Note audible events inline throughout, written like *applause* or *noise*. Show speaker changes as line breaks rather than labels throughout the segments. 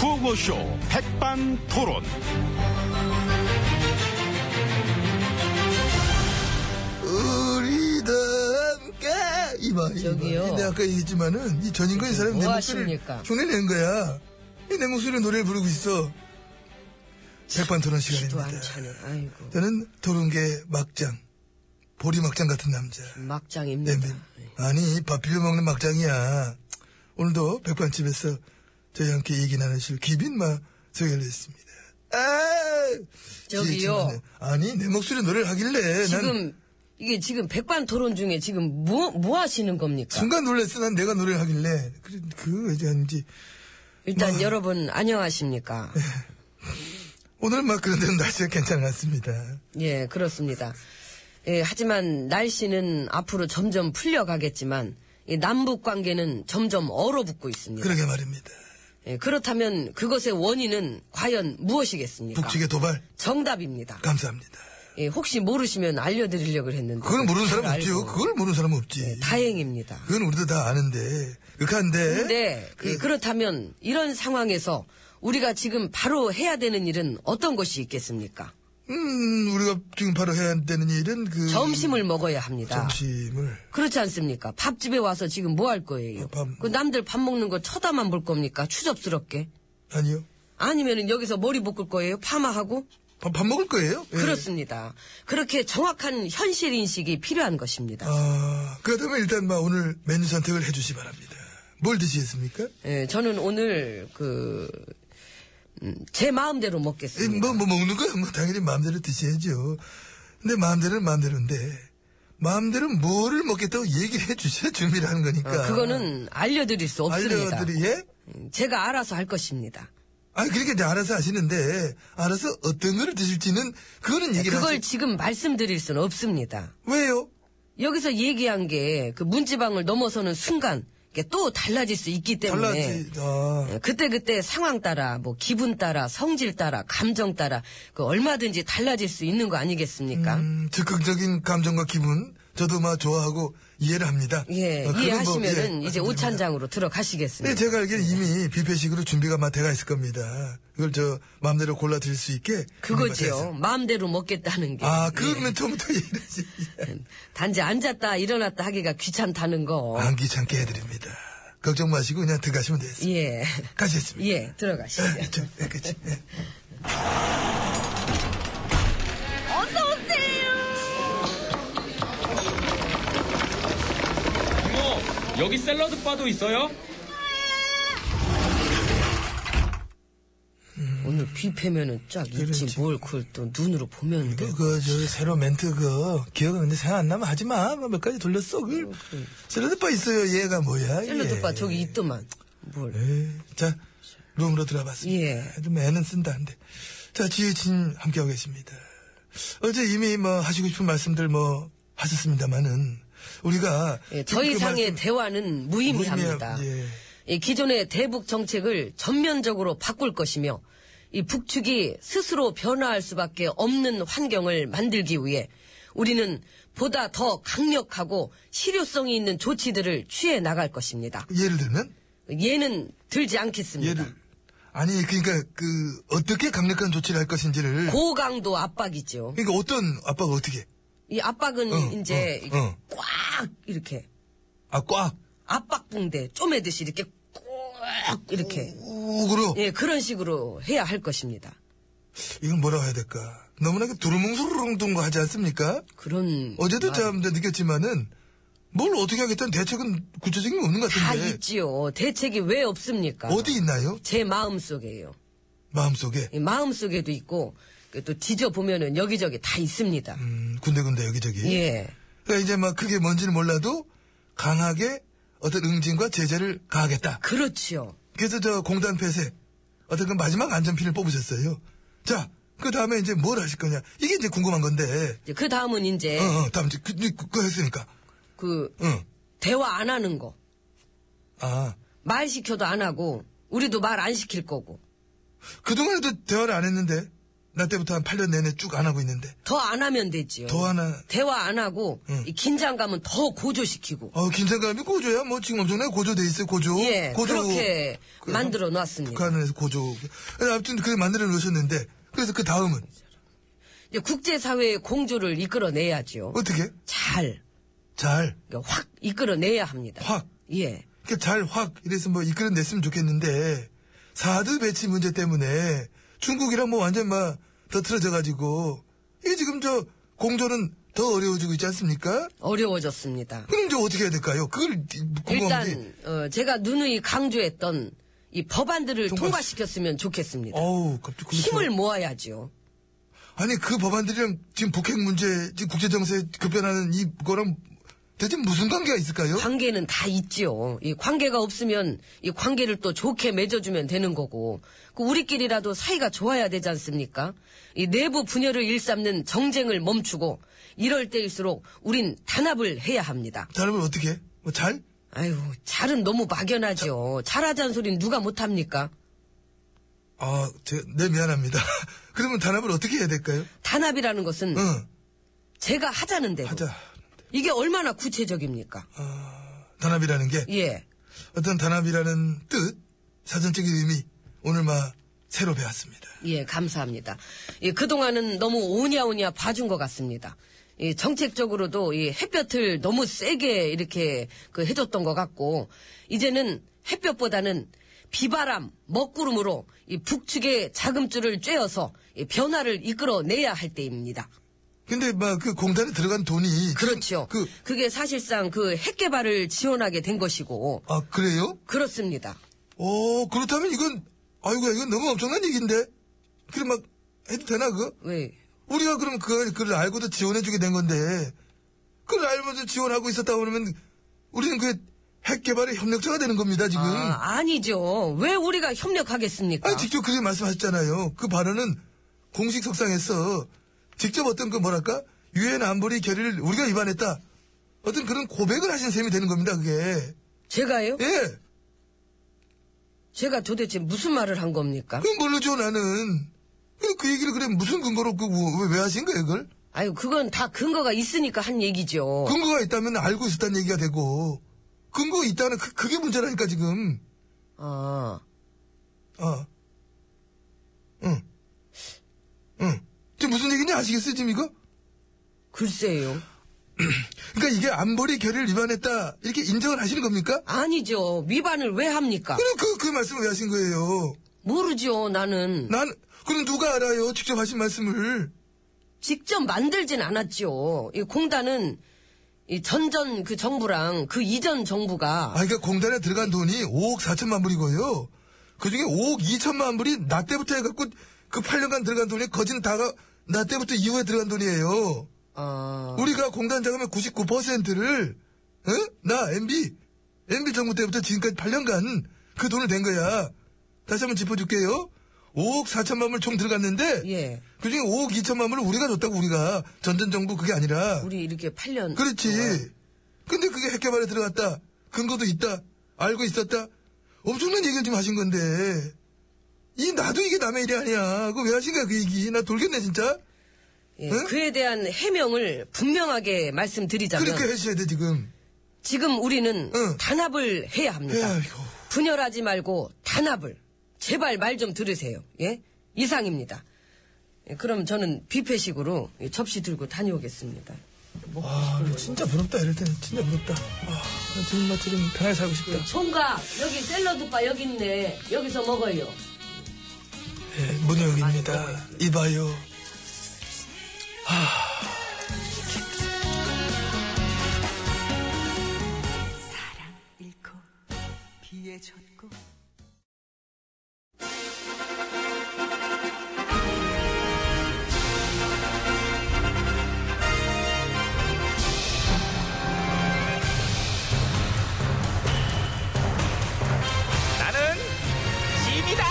구호쇼 백반토론.
우리도 함께 이봐
저기요.
이봐. 내가 아까 얘기했지만은 이 전인과 이 사람이 내
뭐
목소리를
하십니까?
흉내낸 거야 이 내 목소리로 노래를 부르고 있어 백반토론
도안
시간입니다
차네. 아이고.
저는 토론계 막장 보리 막장 같은 남자
막장입니다. 네.
냄비 아니 밥 빌려 먹는 막장이야 오늘도 백반집에서 저희와 함께 얘기 나누실 기빈마 소개를 했습니다 아
저기요.
지혜진이네. 아니 내 목소리로 노래를 하길래 난
지금, 이게 지금 백반 토론 중에 지금 뭐, 뭐 하시는 겁니까?
순간 놀랬어. 난 내가 노래를 하길래. 그, 그, 이제 한지.
일단
뭐-
여러분, 안녕하십니까?
오늘 막 그런 데는 날씨가 괜찮았습니다.
예, 그렇습니다. 예, 하지만 날씨는 앞으로 점점 풀려가겠지만, 이 남북 관계는 점점 얼어붙고 있습니다.
그러게 말입니다.
예, 그렇다면 그것의 원인은 과연 무엇이겠습니까?
북측의 도발.
정답입니다.
감사합니다.
예, 혹시 모르시면 알려드리려고 했는데.
그걸 모르는 사람
알고. 네,
없지요. 그걸 모르는 사람 없지.
다행입니다.
그건 우리도 다 아는데. 극한데.
근데
예.
그... 렇다면 이런 상황에서 우리가 지금 바로 해야 되는 일은 어떤 것이 있겠습니까?
음, 우리가 지금 바로 해야 되는 일은 그.
점심을 먹어야 합니다.
점심을.
그렇지 않습니까? 밥집에 와서 지금 뭐 할 거예요?
어, 밥 먹-
그 남들 밥 먹는 거 쳐다만 볼 겁니까? 추접스럽게?
아니요.
아니면은 여기서 머리 묶을 거예요? 파마하고?
밥, 밥 먹을 거예요? 예.
그렇습니다. 그렇게 정확한 현실 인식이 필요한 것입니다.
아, 그렇다면 일단 막 오늘 메뉴 선택을 해주시 바랍니다. 뭘 드시겠습니까?
예, 저는 오늘 그, 음, 제 마음대로
이,
먹겠습니다.
뭐, 뭐 먹는 거야? 뭐 당연히 마음대로 드셔야죠. 근데 마음대로는 마음대로인데 마음대로 뭐를 먹겠다고 얘기를 해주셔야 준비를 하는 거니까.
어, 그거는 알려드릴 수 없습니다.
알려드리 예?
음, 제가 알아서 할 것입니다.
아니 그렇게 이제 알아서 하시는데 알아서 어떤 거를 드실지는 그거는 얘기를
그걸
하시-
지금 말씀드릴 수는 없습니다.
왜요?
여기서 얘기한 게 그 문지방을 넘어서는 순간 이게 또 달라질 수 있기 때문에 예,
달라지. 아,
그때 그때 상황 따라 뭐 기분 따라 성질 따라 감정 따라 그 얼마든지 달라질 수 있는 거 아니겠습니까?
음, 적극적인 감정과 기분 저도 막 좋아하고 이해를 합니다.
예,
어, 그건 뭐,
이해하시면은
예,
이제
말씀드립니다.
오찬장으로
네,
들어가시겠습니다.
제가 알기로는 이미 뷔페식으로 준비가 막 돼가 있을 겁니다. 그걸 저 마음대로 골라 드릴 수 있게 준비가 돼가 있을
그거지요. 마음대로 먹겠다는 게.
아,
예.
그러면 처음부터 이러지.
단지 앉았다 일어났다 하기가 귀찮다는 거.
안 귀찮게 해드립니다. 걱정 마시고 그냥 들어가시면 되겠습니다.
예. *laughs*
가시겠습니다.
예, 들어가시죠.
예, 저, 예, 그치. 예.
이모, 여기 샐러드 바도 있어요?
오늘 뷔페면은 쫙 있지
그렇지.
뭘 그걸 또 눈으로 보면데
그거, 저, 새로 멘트, 그, 기억, 근데 생각 안 나면 하지 마. 뭐 몇 가지 돌렸어. 그, 샐러드바 있어요. 얘가 뭐야.
예. 샐러드바
얘.
저기 있더만. 뭘.
예. 자, 룸으로 들어봤습니다.
예.
좀 애는 쓴다는데. 자, 지혜진 함께하고 계십니다. 어제 이미 뭐 하시고 싶은 말씀들 뭐 하셨습니다만은, 우리가.
예, 더
지금 그
이상의
말씀-
대화는 무의미합니다.
무의미함, 예.
이 기존의 대북 정책을 전면적으로 바꿀 것이며 이 북측이 스스로 변화할 수밖에 없는 환경을 만들기 위해 우리는 보다 더 강력하고 실효성이 있는 조치들을 취해 나갈 것입니다.
예를 들면?
예는 들지 않겠습니다.
얘를 아니 그러니까 그 어떻게 강력한 조치를 할 것인지를
고강도 압박이죠.
그러니까 어떤 아빠가 어떻게
이 압박은
어, 어,
이제 이렇게
어.
꽉 이렇게
아꽉
압박붕대 쪼매듯이 이렇게 꽉 이렇게
우그로
예 그런 식으로 해야 할 것입니다.
이건 뭐라고 해야 될까 너무나 그 두루뭉술둥거 하지 않습니까?
그런
어제도
말-
참 내가 느꼈지만은 뭘 어떻게 하겠다는 대책은 구체적인 게 없는 것
다
같은데
있지요. 대책이 왜 없습니까?
어디 있나요?
제 마음 속에요.
마음속에
마음 속에도 있고 그또 뒤져 보면은 여기저기 다 있습니다.
음, 군데군데 여기저기
예.
그러니까 이제 막 그게 뭔지는 몰라도 강하게 어떤 응징과 제재를 가하겠다
그렇지요.
그래서 저 공단 폐쇄 어떤 그 마지막 안전핀을 뽑으셨어요. 자, 그 다음에 이제 뭘 하실 거냐? 이게 이제 궁금한 건데.
그 다음은 이제
어, 어, 다음 이제 그, 그, 그거 했으니까.
그
응.
대화 안 하는 거.
아,
말 시켜도 안 하고 우리도 말 안 시킬 거고.
그 동안에도 대화를 안 했는데 나 때부터 한 8년 내내 쭉 안 하고 있는데.
더 안 하면 되지요.
더 하나.
대화 안 하고
응.
이 긴장감은 더 고조시키고
어, 긴장감이 고조야. 뭐 지금 엄청나게 고조돼 있어요. 고조.
예
고조.
그렇게
그,
만들어 놨습니다.
북한에서 고조. 아무튼 그게 만들어 놓으셨는데. 그래서 그 다음은
이제 국제사회의 공조를 이끌어내야죠.
어떻게?
잘,
잘,
그러니까 확 이끌어내야 합니다.
확.
예.
이렇게 잘 확 이래서 뭐 이끌어냈으면 좋겠는데 사드 배치 문제 때문에 중국이랑 뭐 완전 막 더틀어져가지고 이게 지금 저 공조는 더 어려워지고 있지 않습니까?
어려워졌습니다.
그럼 저 어떻게 해야 될까요? 그걸 궁금한 게
일단 어, 제가 누누이 강조했던 이 법안들을
통과-
통과시켰으면 좋겠습니다.
어우 그렇죠. 갑자기 그렇게-
힘을 모아야죠.
아니 그 법안들이랑 지금 북핵 문제 지금 국제 정세 급변하는 이거랑 대체 무슨 관계가 있을까요?
관계는 다 있지요. 이 관계가 없으면 이 관계를 또 좋게 맺어주면 되는 거고, 그 우리끼리라도 사이가 좋아야 되지 않습니까? 이 내부 분열을 일삼는 정쟁을 멈추고 이럴 때일수록 우린 단합을 해야 합니다.
다른 분 어떻게? 해? 뭐 잘?
아유, 잘은 너무 막연하죠. 잘하자는 소린 누가 못합니까?
아, 제, 네 미안합니다. *laughs* 그러면 단합을 어떻게 해야 될까요?
단합이라는 것은
응,
제가 하자는 아. 대로
하자.
이게 얼마나 구체적입니까?
단합이라는 게
예.
어떤 단합이라는 뜻, 사전적인 의미 오늘 막 새로 배웠습니다.
예, 감사합니다. 예, 그동안은 너무 오냐오냐 봐준 것 같습니다. 예, 정책적으로도 이 햇볕을 너무 세게 이렇게 그 해줬던 것 같고, 이제는 햇볕보다는 비바람, 먹구름으로 이 북측의 자금줄을 쬐어서 이 변화를 이끌어내야 할 때입니다.
근데 막 그 공단에 들어간 돈이 지금
그렇죠.
그,
그게 사실상 그 핵개발을 지원하게 된 것이고,
아 그래요?
그렇습니다.
오 그렇다면 이건 아이고야 이건 너무 엄청난 얘기인데 그럼 막 해도 되나 그거?
왜?
우리가 그럼 그 그걸 알고도 지원해주게 된 건데 그걸 알면서 지원하고 있었다 그러면 우리는 그 핵 개발의 협력자가 되는 겁니다 지금. 아,
아, 아니죠. 왜 우리가 협력하겠습니까?
니 직접 그렇게 말씀하셨잖아요. 그 발언은 공식 석상에서 직접 어떤 그 뭐랄까 유엔 안보리 결의를 우리가 위반했다 어떤 그런 고백을 하신 셈이 되는 겁니다 그게.
제가요?
예.
제가 도대체 무슨 말을 한 겁니까?
그건 모르죠 나는. 그, 그 얘기를 그래 무슨 근거로 그왜 왜 하신 거예요 그걸?
아유, 그건 다 근거가 있으니까 한 얘기죠.
근거가 있다면 알고 있었다는 얘기가 되고 근거 있다는 그, 그게 문제라니까 지금.
아,
어. 응. 응. 지금 무슨 얘기인지 아시겠어요, 지금 이거?
글쎄요.
그러니까 이게 안보리 결의를 위반했다. 이렇게 인정을 하시는 겁니까?
아니죠. 위반을 왜 합니까?
그럼 그, 그 말씀을 왜 하신 거예요?
모르죠, 나는.
난, 그럼 누가 알아요? 직접 하신 말씀을.
직접 만들진 않았죠. 이 공단은 이 전전 그 정부랑 그 이전
아,
정부가
그러니까 공단에 들어간 돈이 5억 4천만 불이고요. 그 중에 5억 2천만 불이 나 때부터 해갖고 그 8년간 들어간 돈이 거진 다가 나 때부터 이후에 들어간 돈이에요.
아,
우리가 공단 자금의 99%를 나 MB MB 정부 때부터 지금까지 8년간 그 돈을 댄 거야. 다시 한번 짚어줄게요. 5억 4천만 불 총 들어갔는데
예.
그중에 5억 2천만 불을 우리가 줬다고 우리가 전전 정부 그게 아니라
우리 이렇게 8년 어,
그렇지. 근데 그게 핵개발에 들어갔다. 근거도 있다. 알고 있었다. 엄청난 얘기를 지금 하신 건데 이 나도 이게 남의 일이 아니야. 그거 왜 하신 거야 그 얘기? 나 돌겠네 진짜.
예,
응?
그에 대한 해명을 분명하게 말씀드리자면
그러니까 해주셔야 돼 지금.
지금 우리는
응.
단합을 해야 합니다.
에휴.
분열하지 말고 단합을. 제발 말 좀 들으세요. 예? 이상입니다. 예, 그럼 저는 뷔페식으로 이 접시 들고 다녀오겠습니다.
아, 근데 진짜 부럽다, 이럴 때는. 진짜 부럽다. 아, 나 지금 나 지금 편하게 살고 싶다.
네. 총각, 여기 샐러드바 여기 있네. 여기서 먹어요.
예, 문혁입니다. 이봐요.
잃고 비에 젖고
나는 짐이다.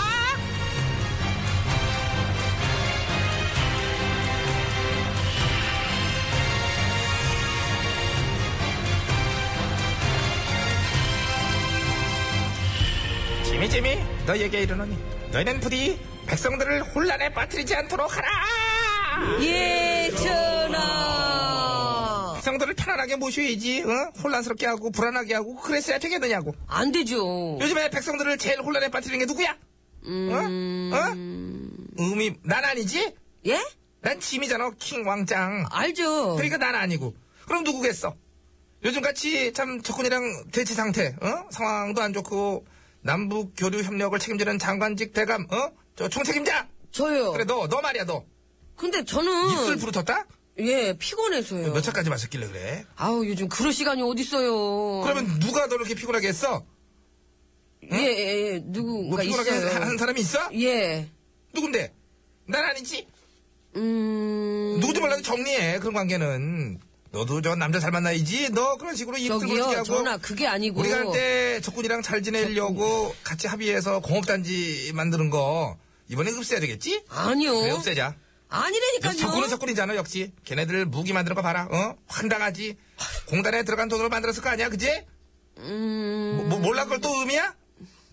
짐이 짐이 너에게 이르노니 너희는 부디
백성들을 혼란에 빠뜨리지 않도록 하라!
예, 전하.
백성들을 편안하게 모셔야지, 어? 혼란스럽게 하고, 불안하게 하고, 그랬어야 되겠느냐고.
안 되죠.
요즘에 백성들을 제일 혼란에 빠뜨리는 게 누구야? 어? 어? 음이, 난 아니지?
음. 예?
난 짐이잖아, 킹 왕짱.
알죠.
그러니까 난 아니고. 그럼 누구겠어? 요즘같이 참 적군이랑 대치 상태, 어? 상황도 안 좋고, 남북 교류 협력을 책임지는 장관직 대감, 어? 저 총책임자!
저요.
그래, 너, 너 말이야, 너.
근데 저는
입술 부르쳤다?
예, 피곤해서요.
몇 차까지 마셨길래 그래?
아우, 요즘 그럴 시간이 어딨어요.
그러면 누가 너 이렇게 피곤하게 했어?
예, 예, 예,
뭐
누구가
피곤하게
있어요.
하는 사람이 있어?
예.
누군데? 난 아니지?
음.
누구지 몰라도 정리해, 그런 관계는. 너도 저 남자 잘 만나야지? 너 그런 식으로 입술 부르치게
저기요,
하고.
전화 그게 아니고.
우리가 할 때 적군이랑 잘 지내려고 같이 합의해서 공업단지 만드는 거 이번에 없애야 되겠지?
아니요.
그래 없애자.
아니라니까요.
적군은 적군이잖아 역시. 걔네들 무기 만드는 거 봐라. 어? 황당하지. 공단에 들어간 돈으로 만들었을 거 아니야 그지?
음,
뭐, 뭐 몰라 그걸 또 의미야?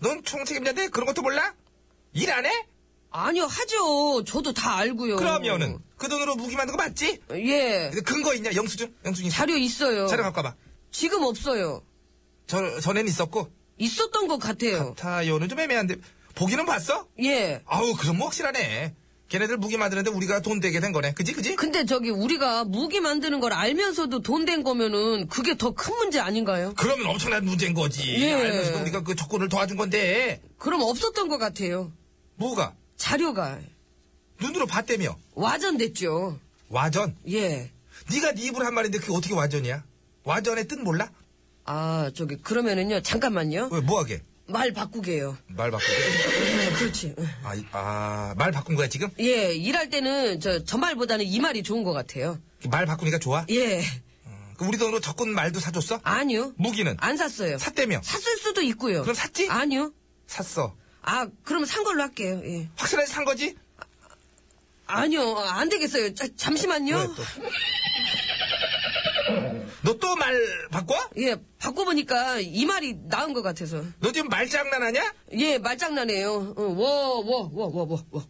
넌 총책임자인데 그런 것도 몰라? 일 안 해?
아니요, 하죠. 저도 다 알고요.
그러면은
음.
그 돈으로 무기 만든 거 맞지?
예.
근거 있냐 영수증? 영수증 있어?
자료 있어요.
자료 갖고 와봐.
지금 없어요.
저, 전엔 있었고
있었던 것 같아요.
타요는 좀 애매한데 보기는 봤어?
예.
아우 그럼 뭐 확실하네. 걔네들 무기 만드는데 우리가 돈 되게 된 거네. 그지 그지?
근데 저기 우리가 무기 만드는 걸 알면서도 돈 된 거면은 그게 더 큰 문제 아닌가요?
그, 러면 엄청난 문제인 거지.
예.
알면서도 우리가 그 조건을 도와준 건데
그럼 없었던 것 같아요.
뭐가
자료가
눈으로 봤다며
와전됐죠.
와전.
예.
네가 네 입으로 한 말인데 그게 어떻게 와전이야? 와전의 뜻 몰라?
아, 저기 그러면은요. 잠깐만요.
왜 뭐하게?
말 바꾸게요.
말 바꾼
네, 그렇지.
아, 아아말 바꾼 거야 지금?
예, 일할 때는 저, 저 말보다는 이 말이 좋은 것 같아요.
말 바꾸니까 좋아?
예.
그 우리 돈으로 적군 말도 사줬어?
아니요.
무기는
안 샀어요.
뭐? 샀다며?
샀을 수도 있고요.
그럼 샀지?
아니요.
샀어.
아, 그럼 산 걸로 할게요. 예.
확실하게 산 거지?
아니요, 안 되겠어요. 자, 잠시만요.
네, 너 또 말 바꿔?
예, 바꿔보니까 이 말이 나은 것 같아서.
너 지금 말장난하냐?
예, 말장난이에요. 어, 워, 워, 워, 워, 워, 워.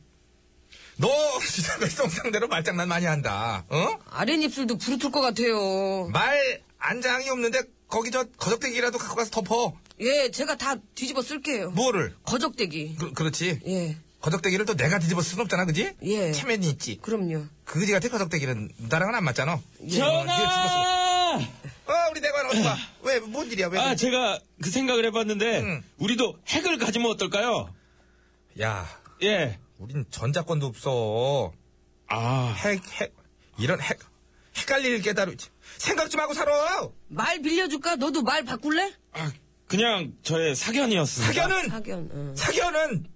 너 *laughs* 진짜 백성 상대로 말장난 많이 한다. 어?
아랫입술도 부르틀 것 같아요.
말 안장이 없는데 거기 저 거적대기라도 갖고 가서 덮어.
예, 제가 다 뒤집어 쓸게요.
뭐를?
거적대기.
그, 그렇지.
예,
거적대기를 또 내가 뒤집어 쓸순 없잖아, 그지?
예.
체면이 있지.
그럼요.
그지 같아 거적대기는 나랑은 안 맞잖아.
예,
어,
전하!
어, 우리 대관 *laughs* 어디 가? 왜? 뭔 일이야? 왜?
아, 제가 그 생각을 해봤는데,
응.
우리도 핵을 가지면 어떨까요?
야,
예.
우린 전자권도 없어.
아,
핵, 핵, 이런 핵, 헷갈릴 깨달음지. 생각 좀 하고 살아.
말 빌려줄까? 너도 말 바꿀래?
아, 그냥 저의 사견이었습니다.
사견은
사견. 어.
사견은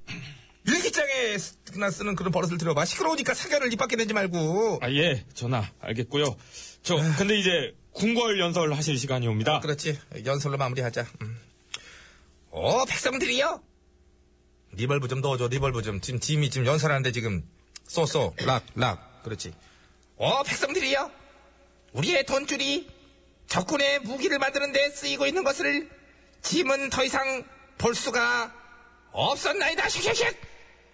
일기장에 쓰- 나 쓰는 그런 버릇을 들여봐. 시끄러우니까 사견을 입 밖에 내지 말고.
아, 예, 전하, 알겠고요. 저, 근데 이제 궁궐 연설 하실 시간이 옵니다.
그렇지. 연설로 마무리하자. 음. 어, 백성들이요. 리벌브 좀 넣어줘. 리벌브 좀. 지금 짐이 지금 연설하는데 지금 쏘쏘 락 락. 그렇지. 어, 백성들이요. 우리의 돈줄이 적군의 무기를 만드는데 쓰이고 있는 것을 짐은 더 이상 볼 수가 없었나이다. 슉슉슉.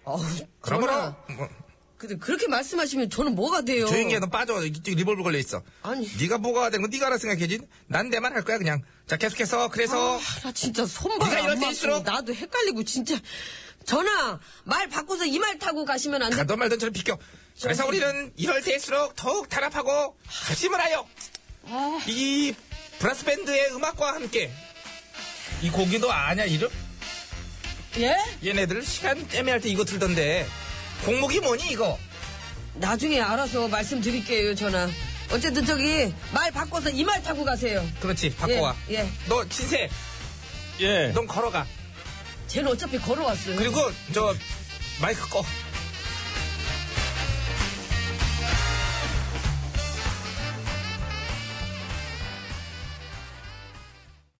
어우,
그러므로
아, 전하,
뭐,
근데 그렇게 말씀하시면 저는 뭐가 돼요?
조용히 해, 너 빠져. 이쪽 리볼브 걸려 있어.
아니.
네가 뭐가 되는 건 네가 알아서 생각해지. 난 내만 할 거야 그냥. 자뭐 계속해서 그래서
아, 나 진짜 손발
네가 이럴
안 맞고
때일수록-
나도 헷갈리고 진짜 전화 말 바꿔서 이 말 타고 가시면 안 돼.
가던 말던 저를 비껴. 그래서 우리는 이럴 때일수록 더욱 단합하고 합심을 하여
아.
이 브라스 밴드의 음악과 함께 이 곡이 너 아냐 이름?
예?
얘네들 시간 애매할 때 이거 들던데 곡목이 뭐니 이거?
나중에 알아서 말씀드릴게요 전화. 어쨌든 저기 말 바꿔서 이 말 타고 가세요.
그렇지 바꿔와.
예, 예.
너 진세,
예.
넌 걸어가.
쟤는 어차피 걸어왔어요.
그리고 저 마이크 꺼.